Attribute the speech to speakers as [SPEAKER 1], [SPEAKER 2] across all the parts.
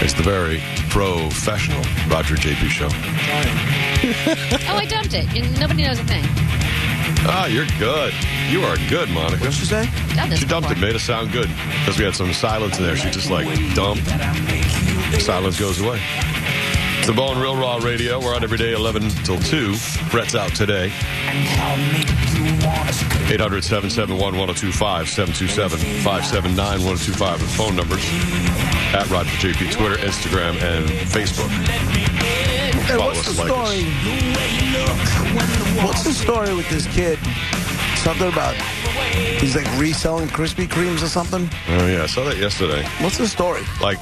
[SPEAKER 1] It's the very professional Roger JP show.
[SPEAKER 2] Oh, I dumped it. And nobody knows a thing.
[SPEAKER 1] Ah, you're good. You are good, Monica. What'd she say?
[SPEAKER 2] Done this
[SPEAKER 1] She dumped it,
[SPEAKER 2] before.
[SPEAKER 1] made it sound good. Because we had some silence in there. She just like dumped. Silence goes away. It's the Bone Real Raw Radio. We're on every day, 11 till 2. Brett's out today. 800 771 1025 727 579 1025. The phone numbers at Roger JP, Twitter, Instagram, and Facebook.
[SPEAKER 3] Hey,
[SPEAKER 1] Follow
[SPEAKER 3] what's the
[SPEAKER 1] us, like us.
[SPEAKER 3] story? What's the story with this kid? Something about he's like reselling Krispy Kremes or something.
[SPEAKER 1] Oh, yeah. I saw that yesterday.
[SPEAKER 3] What's the story?
[SPEAKER 1] like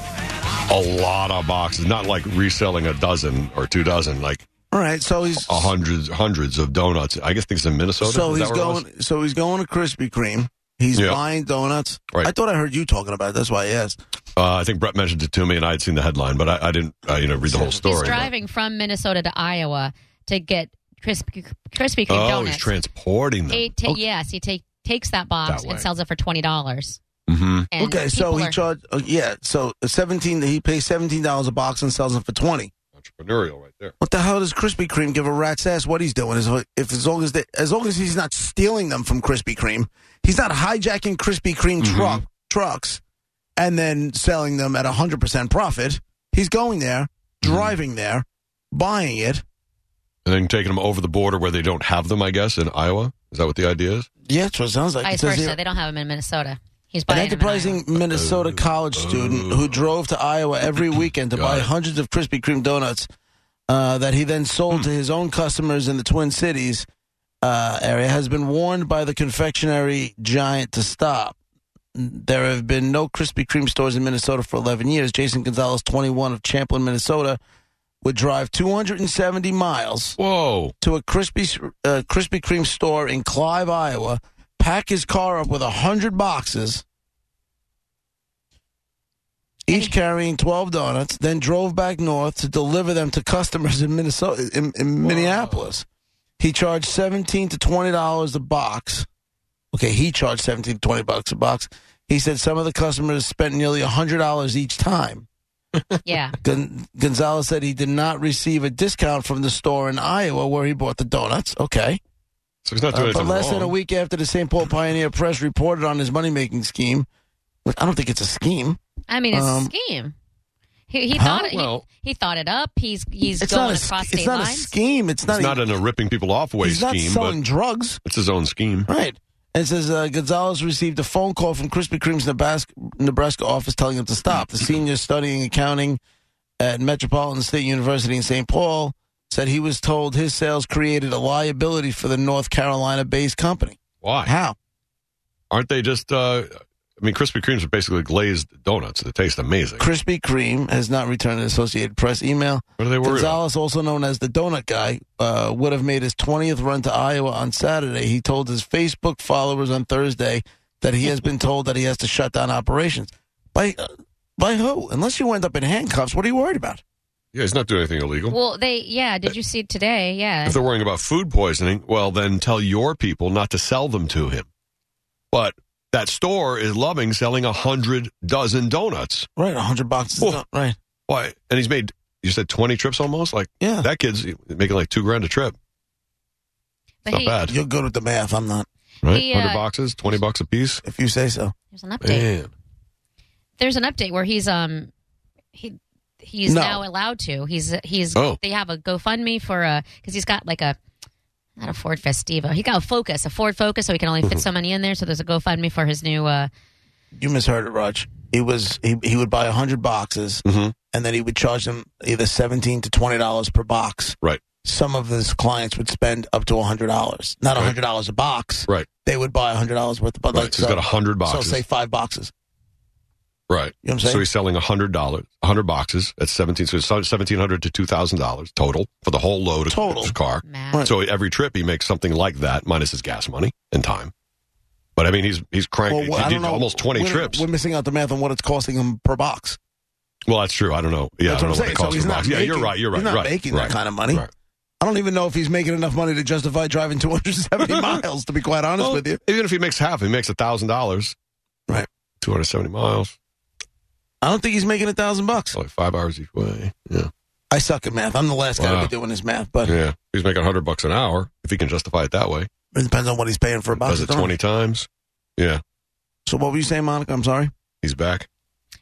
[SPEAKER 1] a lot of boxes, not like reselling a dozen or two dozen, like
[SPEAKER 3] All right, so he's
[SPEAKER 1] a hundreds hundreds of donuts. I guess things in Minnesota.
[SPEAKER 3] so
[SPEAKER 1] is that
[SPEAKER 3] he's
[SPEAKER 1] where it was?
[SPEAKER 3] going so he's going to Krispy Kreme. He's
[SPEAKER 1] Yeah.
[SPEAKER 3] buying donuts.
[SPEAKER 1] Right.
[SPEAKER 3] I thought I heard you talking about. It. That's why I asked.
[SPEAKER 1] Uh, I think Brett mentioned it to me, and I had seen the headline, but I, I didn't, uh, you know, read the whole story.
[SPEAKER 2] He's driving from Minnesota to Iowa to get Krispy, Krispy Kreme
[SPEAKER 1] oh,
[SPEAKER 2] donuts.
[SPEAKER 1] he's transporting them.
[SPEAKER 2] He ta- Yes, he take, takes that box
[SPEAKER 1] That way.
[SPEAKER 2] and sells it for twenty dollars.
[SPEAKER 1] hmm
[SPEAKER 3] okay, so he charged. Uh, yeah, so seventeen. He pays seventeen dollars a box and sells them for twenty.
[SPEAKER 1] Entrepreneurial, right there.
[SPEAKER 3] What the hell does Krispy Kreme give a rat's ass? What he's doing is if as long as they, as long as he's not stealing them from Krispy Kreme, he's not hijacking Krispy Kreme truck trucks and then selling them at hundred percent profit. He's going there, driving there, buying it.
[SPEAKER 1] And then taking them over the border where they don't have them, I guess, in Iowa. Is that what the idea is?
[SPEAKER 3] Yeah, that's what it sounds like. It
[SPEAKER 2] vice
[SPEAKER 3] says
[SPEAKER 2] versa.
[SPEAKER 3] here,
[SPEAKER 2] They don't have him in Minnesota. He's
[SPEAKER 3] an
[SPEAKER 2] buying them in Iowa.
[SPEAKER 3] enterprising Minnesota college student who drove to Iowa every weekend to
[SPEAKER 1] Got
[SPEAKER 3] buy
[SPEAKER 1] it.
[SPEAKER 3] hundreds of Krispy Kreme donuts uh, that he then sold
[SPEAKER 1] Hmm.
[SPEAKER 3] to his own customers in the Twin Cities uh, area has been warned by the confectionery giant to stop. There have been no Krispy Kreme stores in Minnesota for 11 years. Jason Gonzalez, 21 of Champlin, Minnesota, would drive 270 miles
[SPEAKER 1] Whoa.
[SPEAKER 3] to a Krispy uh, Krispy Kreme store in Clive, Iowa, pack his car up with a hundred boxes, each carrying twelve donuts. Then drove back north to deliver them to customers in Minnesota, in, in Minneapolis. He charged seventeen to twenty dollars a box. Okay, he charged seventeen to twenty bucks a box. He said some of the customers spent nearly hundred dollars each time.
[SPEAKER 2] Yeah,
[SPEAKER 3] Gon- Gonzalez said he did not receive a discount from the store in Iowa where he bought the donuts. Okay.
[SPEAKER 1] So he's not doing
[SPEAKER 3] Uh, but
[SPEAKER 1] anything
[SPEAKER 3] less
[SPEAKER 1] wrong.
[SPEAKER 3] than a week after the St. Paul Pioneer Press reported on his money making scheme, which I don't think it's a scheme.
[SPEAKER 2] I mean it's
[SPEAKER 3] Um,
[SPEAKER 2] a scheme. He, he
[SPEAKER 3] huh?
[SPEAKER 2] thought it,
[SPEAKER 1] Well-
[SPEAKER 2] he, he thought it up. He's he's
[SPEAKER 3] It's
[SPEAKER 2] going
[SPEAKER 3] not a, sch-
[SPEAKER 2] across
[SPEAKER 3] it's
[SPEAKER 2] state
[SPEAKER 3] not a
[SPEAKER 2] lines.
[SPEAKER 3] scheme. It's not,
[SPEAKER 1] It's not
[SPEAKER 3] a,
[SPEAKER 1] in a ripping people off way
[SPEAKER 3] he's not
[SPEAKER 1] scheme,
[SPEAKER 3] selling
[SPEAKER 1] but
[SPEAKER 3] drugs.
[SPEAKER 1] it's his own scheme.
[SPEAKER 3] Right. And it says uh, Gonzalez received a phone call from Krispy Kreme's Nebraska, Nebraska office telling him to stop. The senior studying accounting at Metropolitan State University in St. Paul said he was told his sales created a liability for the North Carolina based company.
[SPEAKER 1] Why?
[SPEAKER 3] How?
[SPEAKER 1] Aren't they just, uh, I mean, Krispy Kremes are basically glazed donuts. They taste amazing.
[SPEAKER 3] Krispy Kreme has not returned an Associated Press email.
[SPEAKER 1] What are they worried about?
[SPEAKER 3] Gonzalez, also known as the Donut Guy, uh, would have made his 20th run to Iowa on Saturday. He told his Facebook followers on Thursday that he has been told that he has to shut down operations. By uh, by who? Unless you end up in handcuffs, what are you worried about?
[SPEAKER 1] Yeah, he's not doing anything illegal.
[SPEAKER 2] Well, they yeah. Did you see today? Yeah,
[SPEAKER 1] if they're worrying about food poisoning, well, then tell your people not to sell them to him. But that store is loving selling a hundred dozen donuts.
[SPEAKER 3] Right, 100 boxes.
[SPEAKER 1] Well-
[SPEAKER 3] done, Right.
[SPEAKER 1] Why? And he's made you said twenty trips almost. Like
[SPEAKER 3] Yeah.
[SPEAKER 1] that kid's making like two grand a trip.
[SPEAKER 2] but
[SPEAKER 1] Not
[SPEAKER 2] he,
[SPEAKER 1] bad,
[SPEAKER 3] You're good with the math. I'm not,
[SPEAKER 1] right?
[SPEAKER 2] He,
[SPEAKER 1] hundred
[SPEAKER 2] uh,
[SPEAKER 1] boxes, twenty bucks a piece.
[SPEAKER 3] if you say so.
[SPEAKER 2] there's an update.
[SPEAKER 1] Man,
[SPEAKER 2] There's an update where he's um he he's
[SPEAKER 3] No.
[SPEAKER 2] now allowed to. He's he's
[SPEAKER 1] Oh.
[SPEAKER 2] they have a GoFundMe for a because he's got like a not a Ford Festiva. He got a Focus, a Ford Focus, so he can only
[SPEAKER 1] Mm-hmm.
[SPEAKER 2] fit so many in there. So there's a GoFundMe for his new. uh
[SPEAKER 3] You misheard it, Raj. He was he, he would buy 100 boxes
[SPEAKER 1] Mhm.
[SPEAKER 3] and then he would charge them either 17 to 20 dollars per box.
[SPEAKER 1] Right.
[SPEAKER 3] Some of his clients would spend up to $100. Not
[SPEAKER 1] Right.
[SPEAKER 3] $100 a box.
[SPEAKER 1] right?
[SPEAKER 3] they would buy hundred dollars worth of Bud
[SPEAKER 1] Right,
[SPEAKER 3] Light.
[SPEAKER 1] so he's got 100 boxes.
[SPEAKER 3] So say five boxes.
[SPEAKER 1] Right.
[SPEAKER 3] You know what I'm saying?
[SPEAKER 1] So he's selling $100, 100 boxes at 17 so it's 1700 to $2,000 total for the whole load of
[SPEAKER 3] Total.
[SPEAKER 1] his car.
[SPEAKER 2] Matt.
[SPEAKER 3] Right.
[SPEAKER 1] So every trip he makes something like that minus his gas money and time. But I mean he's he's cranking
[SPEAKER 3] Well, I
[SPEAKER 1] he
[SPEAKER 3] don't
[SPEAKER 1] did
[SPEAKER 3] know.
[SPEAKER 1] almost 20
[SPEAKER 3] We're-
[SPEAKER 1] trips.
[SPEAKER 3] We're missing out the math on what it's costing him per box.
[SPEAKER 1] well, that's true. I don't know. Yeah, I don't know
[SPEAKER 3] That's what I'm
[SPEAKER 1] what
[SPEAKER 3] saying.
[SPEAKER 1] it
[SPEAKER 3] So
[SPEAKER 1] costs
[SPEAKER 3] he's
[SPEAKER 1] per
[SPEAKER 3] not
[SPEAKER 1] box. yeah, you're
[SPEAKER 3] making-
[SPEAKER 1] right, you're right.
[SPEAKER 3] He's not
[SPEAKER 1] right,
[SPEAKER 3] making
[SPEAKER 1] right,
[SPEAKER 3] that kind of money.
[SPEAKER 1] right.
[SPEAKER 3] I don't even know if he's making enough money to justify driving 270 miles. To be quite honest
[SPEAKER 1] Well,
[SPEAKER 3] with you,
[SPEAKER 1] Even if he makes half, he makes a thousand dollars.
[SPEAKER 3] Right.
[SPEAKER 1] Two hundred seventy miles,
[SPEAKER 3] I don't think he's making a thousand bucks.
[SPEAKER 1] only five hours each way. Yeah,
[SPEAKER 3] I suck at math. I'm the last guy
[SPEAKER 1] Wow.
[SPEAKER 3] to be doing this math, but
[SPEAKER 1] yeah. He's making a hundred bucks an hour if he can justify it that way.
[SPEAKER 3] it depends on what he's paying for a box.
[SPEAKER 1] Does it
[SPEAKER 3] of donuts.
[SPEAKER 1] twenty times? Yeah,
[SPEAKER 3] So what were you saying, Monica? I'm sorry.
[SPEAKER 1] he's back.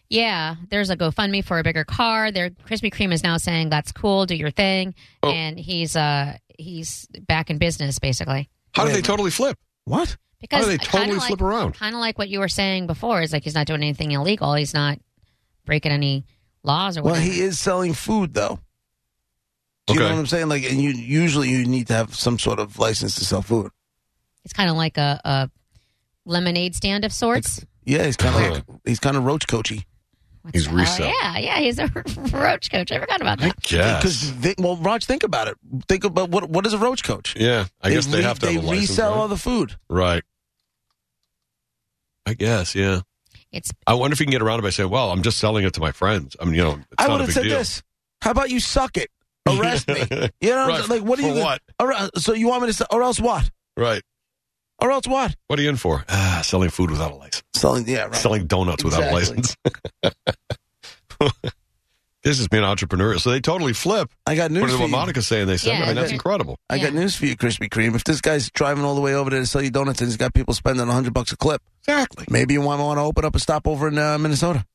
[SPEAKER 2] Yeah, there's a GoFundMe for a bigger car. Their Krispy Kreme is now saying that's cool, do your thing,
[SPEAKER 1] Oh.
[SPEAKER 2] and he's uh he's back in business basically
[SPEAKER 1] How do
[SPEAKER 3] Wait a
[SPEAKER 1] they
[SPEAKER 3] minute.
[SPEAKER 1] totally flip?
[SPEAKER 3] What?
[SPEAKER 1] How
[SPEAKER 2] because
[SPEAKER 1] do they
[SPEAKER 2] kind
[SPEAKER 1] totally
[SPEAKER 2] of like,
[SPEAKER 1] flip around?
[SPEAKER 2] kind of like what you were saying before is like he's not doing anything illegal. He's not breaking any laws or
[SPEAKER 3] Well,
[SPEAKER 2] whatever.
[SPEAKER 3] he is selling food though. Do you
[SPEAKER 1] Okay.
[SPEAKER 3] know what I'm saying? Like, and you usually you need to have some sort of license to sell food.
[SPEAKER 2] it's kind of like a, a lemonade stand of sorts.
[SPEAKER 3] Yeah, he's kind of like he's kind of roach coachy.
[SPEAKER 2] What's
[SPEAKER 1] He's
[SPEAKER 2] that?
[SPEAKER 1] reselling.
[SPEAKER 2] Oh, yeah, yeah, he's a roach coach. I forgot about
[SPEAKER 1] I
[SPEAKER 2] that.
[SPEAKER 1] guess.
[SPEAKER 3] Because well, Raj, think about it. Think about what what is a roach coach?
[SPEAKER 1] Yeah, I guess they
[SPEAKER 3] re-
[SPEAKER 1] have to
[SPEAKER 3] They
[SPEAKER 1] have a license,
[SPEAKER 3] resell
[SPEAKER 1] right?
[SPEAKER 3] all the food.
[SPEAKER 1] Right. I guess, yeah.
[SPEAKER 2] It's
[SPEAKER 1] I wonder if you can get around it by saying, "Well, I'm just selling it to my friends." I mean, you know, it's
[SPEAKER 3] I
[SPEAKER 1] not
[SPEAKER 3] would
[SPEAKER 1] a
[SPEAKER 3] have
[SPEAKER 1] big
[SPEAKER 3] said
[SPEAKER 1] deal.
[SPEAKER 3] this. How about you suck it? Arrest me. You know, what I'm
[SPEAKER 1] Right.
[SPEAKER 3] saying? like what do
[SPEAKER 1] For
[SPEAKER 3] you
[SPEAKER 1] what?
[SPEAKER 3] Or, uh, so you want me to sell, or else what?
[SPEAKER 1] Right.
[SPEAKER 3] Or else what?
[SPEAKER 1] What are you in for? Ah, selling food without a license.
[SPEAKER 3] Selling, yeah, right.
[SPEAKER 1] Selling donuts without a
[SPEAKER 3] Exactly.
[SPEAKER 1] license. this is being entrepreneurial. So they totally flip.
[SPEAKER 3] I
[SPEAKER 1] What
[SPEAKER 3] got news
[SPEAKER 1] is
[SPEAKER 3] for
[SPEAKER 1] what
[SPEAKER 3] you.
[SPEAKER 1] Monica's saying? They said,
[SPEAKER 2] Yeah,
[SPEAKER 1] I mean, that's
[SPEAKER 2] okay.
[SPEAKER 1] incredible.
[SPEAKER 3] I got
[SPEAKER 2] Yeah.
[SPEAKER 3] news for you, Krispy Kreme. If this guy's driving all the way over there to sell you donuts and he's got people spending hundred bucks a clip,
[SPEAKER 1] Exactly.
[SPEAKER 3] maybe you want, want to open up a stopover in uh, Minnesota.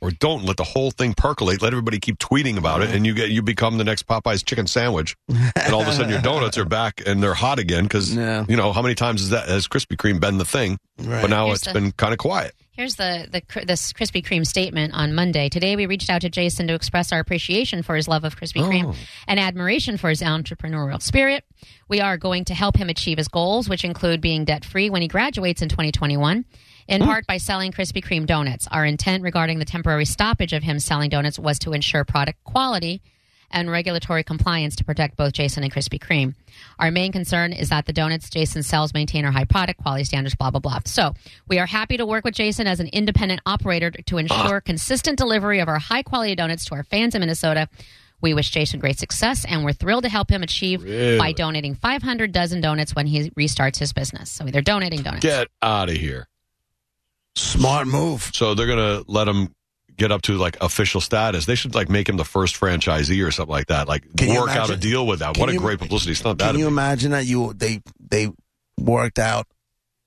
[SPEAKER 1] Or don't let the whole thing percolate. Let everybody keep tweeting about it, and you get you become the next Popeye's chicken sandwich, and all of a sudden your donuts are back and they're hot again because
[SPEAKER 3] Yeah,
[SPEAKER 1] you know how many times has that has Krispy Kreme been the thing?
[SPEAKER 3] right.
[SPEAKER 1] But now
[SPEAKER 2] Here's
[SPEAKER 1] it's
[SPEAKER 2] the-
[SPEAKER 1] been kind of quiet.
[SPEAKER 2] Here's the, the cr- this Krispy Kreme statement on Monday. Today, we reached out to Jason to express our appreciation for his love of Krispy Kreme and admiration for his entrepreneurial spirit. We are going to help him achieve his goals, which include being debt free when he graduates in 2021, in part by selling Krispy Kreme donuts. Our intent regarding the temporary stoppage of him selling donuts was to ensure product quality and regulatory compliance to protect both Jason and Krispy Kreme. Our main concern is that the donuts Jason sells maintain our high product quality standards, blah, blah, blah. So we are happy to work with Jason as an independent operator to ensure consistent delivery of our high quality donuts to our fans in Minnesota. We wish Jason great success and we're thrilled to help him achieve by donating 500 dozen donuts when he restarts his business. So they're donating donuts.
[SPEAKER 1] Get out of here.
[SPEAKER 3] Smart move.
[SPEAKER 1] So they're gonna let him get up to like official status. They should like make him the first franchisee or something like that. Like
[SPEAKER 3] Can you
[SPEAKER 1] work out a
[SPEAKER 3] imagine-
[SPEAKER 1] deal with that.
[SPEAKER 3] can
[SPEAKER 1] What a
[SPEAKER 3] you-
[SPEAKER 1] great publicity stunt that.
[SPEAKER 3] Can you imagine that you they they worked out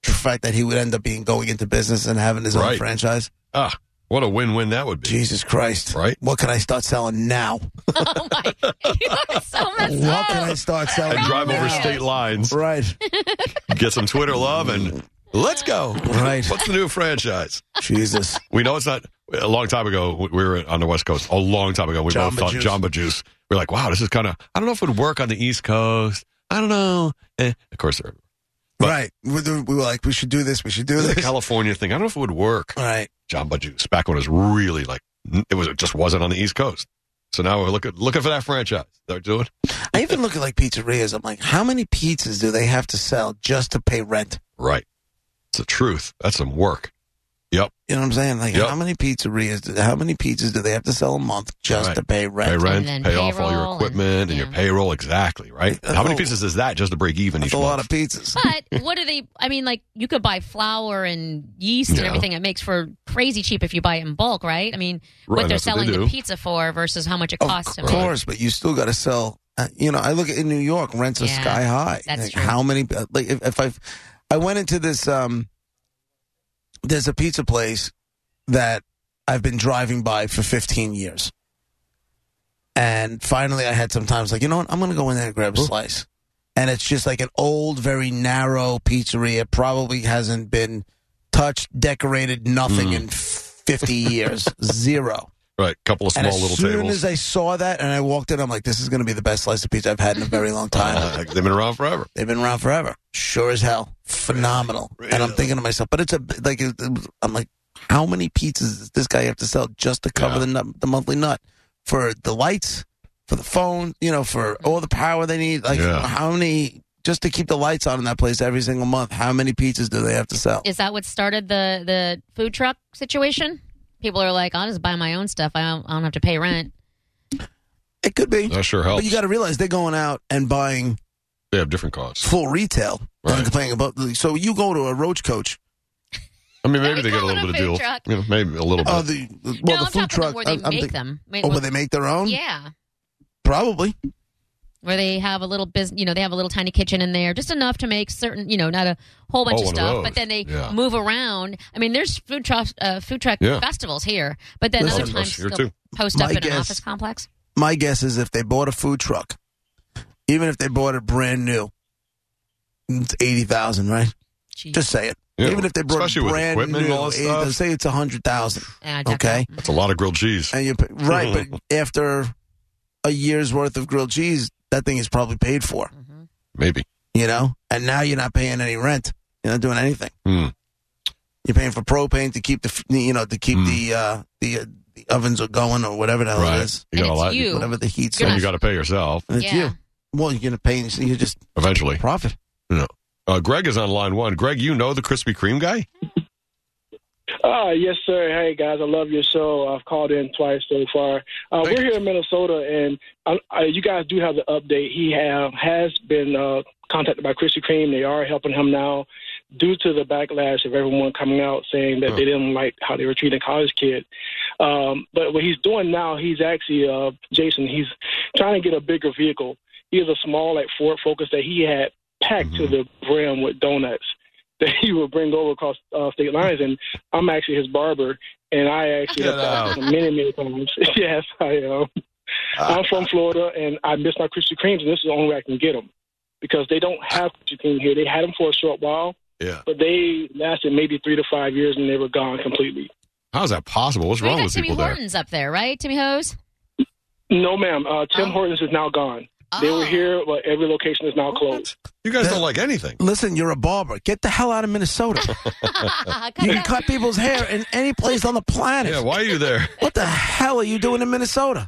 [SPEAKER 3] the fact that he would end up being going into business and having his own
[SPEAKER 1] Right.
[SPEAKER 3] franchise?
[SPEAKER 1] ah, what a win-win that would be.
[SPEAKER 3] Jesus Christ!
[SPEAKER 1] Right?
[SPEAKER 3] What can I start selling now?
[SPEAKER 2] oh my. You are so messed
[SPEAKER 3] What can
[SPEAKER 2] up.
[SPEAKER 3] I start selling?
[SPEAKER 1] And drive
[SPEAKER 3] now?
[SPEAKER 1] over state lines,
[SPEAKER 3] Right,
[SPEAKER 1] get some Twitter love, and let's go.
[SPEAKER 3] right.
[SPEAKER 1] What's the new franchise?
[SPEAKER 3] Jesus.
[SPEAKER 1] We know it's not a long time ago. We we were on the West Coast a long time ago. We both
[SPEAKER 3] Jamba
[SPEAKER 1] thought
[SPEAKER 3] Juice.
[SPEAKER 1] Jamba Juice. We are like, wow, this is kind of. I don't know if it would work on the East Coast. I don't know. Eh, of course, they're- But-
[SPEAKER 3] right. We, we were like, we should do this. We should do
[SPEAKER 1] it's a
[SPEAKER 3] this.
[SPEAKER 1] California thing. I don't know if it would work.
[SPEAKER 3] right.
[SPEAKER 1] Jamba Juice back when it was really like it was it just wasn't on the East Coast. So now we're looking looking for that franchise. They're doing
[SPEAKER 3] I even look at like pizzerias. I'm like, how many pizzas do they have to sell just to pay rent?
[SPEAKER 1] right. It's the truth. That's some work.
[SPEAKER 3] You know what I'm saying? Like,
[SPEAKER 1] Yep.
[SPEAKER 3] how many pizzerias? Do, how many pizzas do they have to sell a month just
[SPEAKER 1] Right.
[SPEAKER 3] to pay rent?
[SPEAKER 1] Pay rent,
[SPEAKER 2] then
[SPEAKER 1] pay off all
[SPEAKER 2] payroll
[SPEAKER 1] your
[SPEAKER 2] and-
[SPEAKER 1] equipment and, your
[SPEAKER 2] yeah.
[SPEAKER 1] payroll. Exactly right.
[SPEAKER 3] That's
[SPEAKER 1] How many
[SPEAKER 3] a-
[SPEAKER 1] pieces is that just to break even each
[SPEAKER 3] That's a lot
[SPEAKER 1] month?
[SPEAKER 3] of pizzas.
[SPEAKER 2] But what do they? I mean, like you could buy flour and yeast
[SPEAKER 1] Yeah.
[SPEAKER 2] and everything. It makes for crazy cheap if you buy it in bulk, right? I mean,
[SPEAKER 1] Right,
[SPEAKER 2] what they're
[SPEAKER 1] that's what they
[SPEAKER 2] selling the
[SPEAKER 1] do.
[SPEAKER 2] pizza for versus how much it
[SPEAKER 3] Of
[SPEAKER 2] costs. to make.
[SPEAKER 3] course, but you still got to sell. Uh, you know, I look at in New York, rents are
[SPEAKER 2] Yeah,
[SPEAKER 3] sky high.
[SPEAKER 2] that's
[SPEAKER 3] Like,
[SPEAKER 2] true.
[SPEAKER 3] How many? uh, Like, if, if I, I went into this. um There's a pizza place that I've been driving by for 15 years, and finally I had some time. I was like, you know what? I'm gonna go in there and grab a slice. And it's just like an old, very narrow pizzeria. Probably hasn't been touched, decorated, nothing in 50 years. Zero
[SPEAKER 1] Right, couple of small
[SPEAKER 3] and as
[SPEAKER 1] little
[SPEAKER 3] soon
[SPEAKER 1] tables.
[SPEAKER 3] as I saw that and I walked in, I'm like, this is going to be the best slice of pizza I've had in a very long time.
[SPEAKER 1] Uh, they've been around forever.
[SPEAKER 3] They've been around forever. Sure as hell, phenomenal. And I'm
[SPEAKER 1] Really?
[SPEAKER 3] thinking to myself, but it's a like, it- it- I'm like, how many pizzas does this guy have to sell just to cover the nut, the monthly nut for the lights, for the phone, you know, for all the power they need? Like,
[SPEAKER 1] Yeah.
[SPEAKER 3] how many just to keep the lights on in that place every single month? How many pizzas do they have to sell?
[SPEAKER 2] Is that what started the the food truck situation? People are like, I'll just buy my own stuff. I don't, I don't have to pay rent.
[SPEAKER 3] It could be,
[SPEAKER 1] That sure helps.
[SPEAKER 3] but you got to realize they're going out and buying
[SPEAKER 1] they have different costs.
[SPEAKER 3] full retail
[SPEAKER 1] Right.
[SPEAKER 3] and complaining about. So you go to a roach coach,
[SPEAKER 1] I mean,
[SPEAKER 2] we
[SPEAKER 1] maybe they get a
[SPEAKER 2] call it
[SPEAKER 1] little
[SPEAKER 2] a
[SPEAKER 1] bit of
[SPEAKER 2] food
[SPEAKER 1] deal.
[SPEAKER 2] truck.
[SPEAKER 1] You know, maybe a little bit.
[SPEAKER 3] uh, the well,
[SPEAKER 2] no,
[SPEAKER 3] the
[SPEAKER 2] I'm
[SPEAKER 3] food
[SPEAKER 2] talking
[SPEAKER 3] truck.
[SPEAKER 2] about where they
[SPEAKER 3] I'm- I'm
[SPEAKER 2] make
[SPEAKER 3] think-
[SPEAKER 2] them. I mean,
[SPEAKER 3] Oh,
[SPEAKER 2] well,
[SPEAKER 3] where they make their own?
[SPEAKER 2] yeah,
[SPEAKER 3] Probably.
[SPEAKER 2] where they have a little business. You know, they have a little tiny kitchen in there, just enough to make certain. You know, not a whole bunch
[SPEAKER 1] Oh,
[SPEAKER 2] of
[SPEAKER 1] one of
[SPEAKER 2] stuff,
[SPEAKER 1] those.
[SPEAKER 2] but then they
[SPEAKER 1] Yeah.
[SPEAKER 2] move around. I mean, there's food truck uh, food truck
[SPEAKER 1] Yeah.
[SPEAKER 2] festivals here, but then
[SPEAKER 3] Listen,
[SPEAKER 2] other times
[SPEAKER 1] here
[SPEAKER 2] they'll
[SPEAKER 1] too.
[SPEAKER 2] post up
[SPEAKER 3] My
[SPEAKER 2] in an
[SPEAKER 3] guess-
[SPEAKER 2] office complex.
[SPEAKER 3] My guess is if they bought a food truck, even if they bought it brand new, it's eighty thousand, right?
[SPEAKER 2] Jeez.
[SPEAKER 3] Just say it.
[SPEAKER 1] Yeah,
[SPEAKER 3] even if they brought
[SPEAKER 1] especially
[SPEAKER 3] it
[SPEAKER 1] with
[SPEAKER 3] brand
[SPEAKER 1] equipment and
[SPEAKER 3] new,
[SPEAKER 1] all that
[SPEAKER 3] it-
[SPEAKER 1] stuff.
[SPEAKER 3] say it's a hundred thousand,
[SPEAKER 2] Yeah, definitely.
[SPEAKER 3] okay?
[SPEAKER 1] That's a lot of grilled cheese.
[SPEAKER 3] And you pay- right, but after a year's worth of grilled cheese, that thing is probably paid for,
[SPEAKER 2] Mm-hmm.
[SPEAKER 1] Maybe.
[SPEAKER 3] you know. And now you're not paying any rent. You're not doing anything.
[SPEAKER 1] Hmm.
[SPEAKER 3] You're paying for propane to keep the f- you know to keep the uh, the uh, the ovens are going or whatever the hell
[SPEAKER 1] Hmm. Right.
[SPEAKER 3] it is,
[SPEAKER 1] You
[SPEAKER 2] And
[SPEAKER 1] got a
[SPEAKER 2] it's
[SPEAKER 1] lot.
[SPEAKER 2] you.
[SPEAKER 3] whatever the heat's.
[SPEAKER 2] You're
[SPEAKER 1] And
[SPEAKER 3] going.
[SPEAKER 1] you got to pay yourself
[SPEAKER 3] And it's
[SPEAKER 2] Yeah.
[SPEAKER 3] you. Well, you're gonna pay. and You just
[SPEAKER 1] eventually.
[SPEAKER 3] profit.
[SPEAKER 1] No. Uh, Greg is on line one. Greg, you know the Krispy Kreme guy?
[SPEAKER 4] Uh, yes, sir. Hey, guys, I love your show. I've called in twice so far. Uh,
[SPEAKER 1] Thank
[SPEAKER 4] we're here in Minnesota, and I, I, you guys do have the update. He have, has been uh, contacted by Krispy Kreme. They are helping him now due to the backlash of everyone coming out saying that
[SPEAKER 1] Oh.
[SPEAKER 4] they didn't like how they were treating college kids. Um, but what he's doing now, he's actually, uh, Jason, he's trying to get a bigger vehicle. He has a small, like, Ford Focus that he had packed
[SPEAKER 1] Mhm.
[SPEAKER 4] to the brim with donuts that he would bring over across uh, state lines. And I'm actually his barber, and I actually
[SPEAKER 1] Get
[SPEAKER 4] have talked to him many, many times. yes, I am. I'm from Florida, and I miss my Krispy Kremes, and this is the only way I can get them because they don't have Krispy Kreme here. They had them for a short while,
[SPEAKER 1] Yeah.
[SPEAKER 4] but they lasted maybe three to five years, and they were gone completely.
[SPEAKER 1] How's that possible? What's
[SPEAKER 2] We
[SPEAKER 1] wrong
[SPEAKER 2] got
[SPEAKER 1] with
[SPEAKER 2] Timmy
[SPEAKER 1] people there?
[SPEAKER 2] Hortons up there, right? Timmy Hose.
[SPEAKER 4] No, ma'am. Uh, Tim
[SPEAKER 2] Oh.
[SPEAKER 4] Hortons is now gone. They
[SPEAKER 2] Oh.
[SPEAKER 4] were here, but every location is now closed.
[SPEAKER 1] You guys
[SPEAKER 3] That-
[SPEAKER 1] don't like anything.
[SPEAKER 3] Listen, you're a barber. Get the hell out of Minnesota.
[SPEAKER 2] Cut
[SPEAKER 3] you can
[SPEAKER 2] that.
[SPEAKER 3] cut people's hair in any place on the planet.
[SPEAKER 1] Yeah, why are you there?
[SPEAKER 3] What the hell are you doing in Minnesota?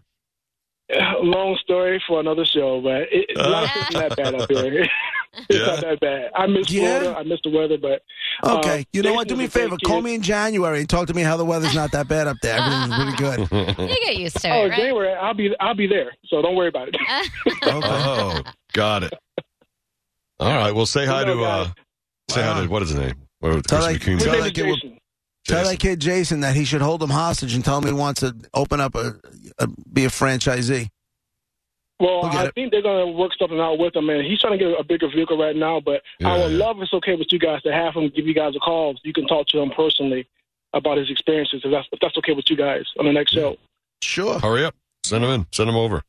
[SPEAKER 4] long story for another show, but it,
[SPEAKER 1] Uh.
[SPEAKER 4] it's not it's not that bad up here. it's not that bad. I miss
[SPEAKER 3] Yeah?
[SPEAKER 4] Florida. I miss the weather, but uh,
[SPEAKER 3] Okay, you know what? Do
[SPEAKER 4] Jason
[SPEAKER 3] me a
[SPEAKER 4] was a
[SPEAKER 3] favor.
[SPEAKER 4] great
[SPEAKER 3] Call
[SPEAKER 4] kid.
[SPEAKER 3] me in January and talk to me how the weather's not that bad up there. Everything's pretty good.
[SPEAKER 2] You get used to
[SPEAKER 4] oh,
[SPEAKER 2] it, right?
[SPEAKER 4] January, I'll be I'll be there, so don't worry about it.
[SPEAKER 3] Okay.
[SPEAKER 1] Oh, got it. All right. Well, say hi
[SPEAKER 4] You know,
[SPEAKER 1] to, uh,
[SPEAKER 4] guys.
[SPEAKER 1] say hi to,
[SPEAKER 3] Wow.
[SPEAKER 1] what is his name? What, was it,
[SPEAKER 3] Tell
[SPEAKER 1] Krispy
[SPEAKER 3] that-
[SPEAKER 1] Kreme
[SPEAKER 4] His
[SPEAKER 3] Tell
[SPEAKER 1] guy?
[SPEAKER 4] name
[SPEAKER 3] that
[SPEAKER 4] is
[SPEAKER 3] kid what-
[SPEAKER 4] Jason.
[SPEAKER 3] Tell
[SPEAKER 1] Jason.
[SPEAKER 3] that kid Jason that he should hold him hostage and tell him he wants to open up a, a be a franchisee.
[SPEAKER 4] Well,
[SPEAKER 3] We'll get
[SPEAKER 4] I
[SPEAKER 3] it.
[SPEAKER 4] think they're gonna work something out with him, and he's trying to get a bigger vehicle right now. But I
[SPEAKER 1] Yeah,
[SPEAKER 4] would
[SPEAKER 1] yeah.
[SPEAKER 4] love if it's okay with you guys to have him give you guys a call. You can talk to him personally about his experiences, if that's, if that's okay with you guys on the next show.
[SPEAKER 3] Sure.
[SPEAKER 1] Hurry up. Send him in. Send him over.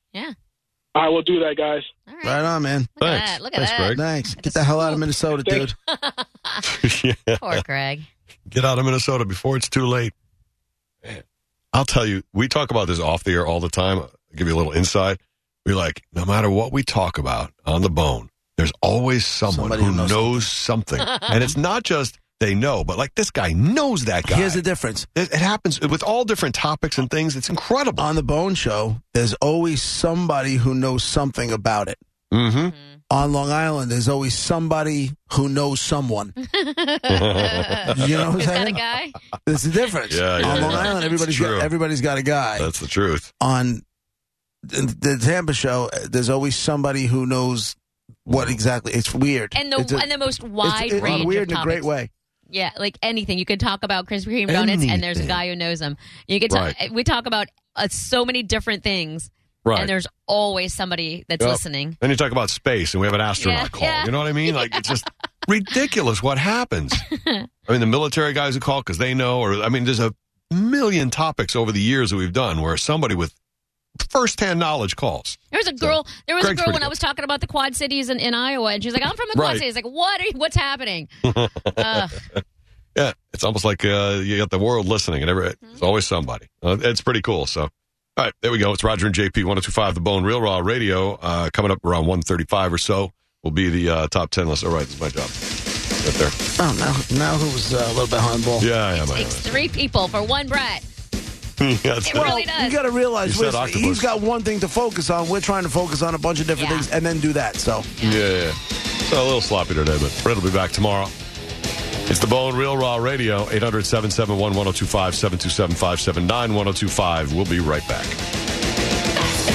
[SPEAKER 4] I will do that, guys.
[SPEAKER 2] All
[SPEAKER 3] Right on, man.
[SPEAKER 2] Look at
[SPEAKER 1] Thanks.
[SPEAKER 2] that. Look at
[SPEAKER 1] Thanks,
[SPEAKER 2] that.
[SPEAKER 1] Greg.
[SPEAKER 3] Thanks.
[SPEAKER 2] At
[SPEAKER 3] Get
[SPEAKER 2] the
[SPEAKER 3] the hell out of
[SPEAKER 2] school.
[SPEAKER 3] Minnesota,
[SPEAKER 4] Thanks.
[SPEAKER 3] dude.
[SPEAKER 1] yeah.
[SPEAKER 2] Poor Greg.
[SPEAKER 1] Get out of Minnesota before it's too late. Man, I'll tell you, we talk about this off the air all the time. I'll give you a little insight. We're like, no matter what we talk about on the bone, there's always someone
[SPEAKER 3] Somebody
[SPEAKER 1] who
[SPEAKER 3] who knows
[SPEAKER 1] knows, something. and it's not just they know, but like this guy knows that guy.
[SPEAKER 3] Here's the difference.
[SPEAKER 1] it, it happens with all different topics and things. It's incredible.
[SPEAKER 3] On the Bone Show, there's always somebody who knows something about it.
[SPEAKER 1] Mm-hmm.
[SPEAKER 2] Hmm.
[SPEAKER 3] on Long Island, there's always somebody who knows someone. You know what
[SPEAKER 2] Is
[SPEAKER 3] I'm
[SPEAKER 2] that a
[SPEAKER 3] saying?
[SPEAKER 2] guy?
[SPEAKER 3] There's the difference.
[SPEAKER 1] Yeah, yeah,
[SPEAKER 3] on Long
[SPEAKER 1] yeah.
[SPEAKER 3] Island, everybody's
[SPEAKER 1] True.
[SPEAKER 3] got, everybody's got a guy.
[SPEAKER 1] That's the truth.
[SPEAKER 3] on the, the Tampa show, uh, there's always somebody who knows what exactly. It's weird.
[SPEAKER 2] And the
[SPEAKER 3] it's a-
[SPEAKER 2] and the most
[SPEAKER 3] it's-
[SPEAKER 2] wide
[SPEAKER 3] it's
[SPEAKER 2] range
[SPEAKER 3] weird
[SPEAKER 2] of
[SPEAKER 3] in a great
[SPEAKER 2] topics.
[SPEAKER 3] way.
[SPEAKER 2] Yeah, like anything. You could talk about Krispy Kreme donuts, and there's a
[SPEAKER 1] Anything.
[SPEAKER 2] guy who knows them. You could talk, we talk about uh, so many different things,
[SPEAKER 1] Right.
[SPEAKER 2] and
[SPEAKER 1] And,
[SPEAKER 2] there's always somebody that's
[SPEAKER 1] Yep.
[SPEAKER 2] listening.
[SPEAKER 1] you talk about space and we have an astronaut
[SPEAKER 2] Yeah,
[SPEAKER 1] call.
[SPEAKER 2] yeah.
[SPEAKER 1] You know what I mean? Like it's just ridiculous what happens. I mean, the military guys who call because they know, or I mean, there's a million topics over the years that we've done where somebody with firsthand knowledge calls.
[SPEAKER 2] There was a girl. there was
[SPEAKER 1] Greg's
[SPEAKER 2] a girl
[SPEAKER 1] pretty
[SPEAKER 2] when I
[SPEAKER 1] good.
[SPEAKER 2] was talking about the Quad Cities in, in Iowa, and she's like, "I'm from the Quad
[SPEAKER 1] Right.
[SPEAKER 2] Cities." Like, what? Are you, what's happening? Ugh.
[SPEAKER 1] Yeah, it's almost like uh, you got the world listening, and every, it's always somebody. Uh, it's pretty cool. So, all right, there we go. It's Roger and JP, one oh two five, The Bone, Real Raw Radio. Uh, coming up around one thirty-five or so will be the uh, top ten list. All right, this Oh, is my job. right there.
[SPEAKER 3] Oh, now, now who's uh, a little behind ball?
[SPEAKER 1] Yeah, I am. I
[SPEAKER 2] Takes three people for one brat.
[SPEAKER 1] am. That's it.
[SPEAKER 2] It really does.
[SPEAKER 3] You got to realize
[SPEAKER 1] You said
[SPEAKER 3] listen,
[SPEAKER 1] octopus.
[SPEAKER 3] he's got one thing to focus on. We're trying to focus on a bunch of different
[SPEAKER 2] Yeah.
[SPEAKER 3] things and then do that. So
[SPEAKER 1] Yeah, yeah. yeah. So a little sloppy today, but Fred will be back tomorrow. It's the Bone Real Raw oh Radio, 800 771 1025 727 579 1025. We'll be right back.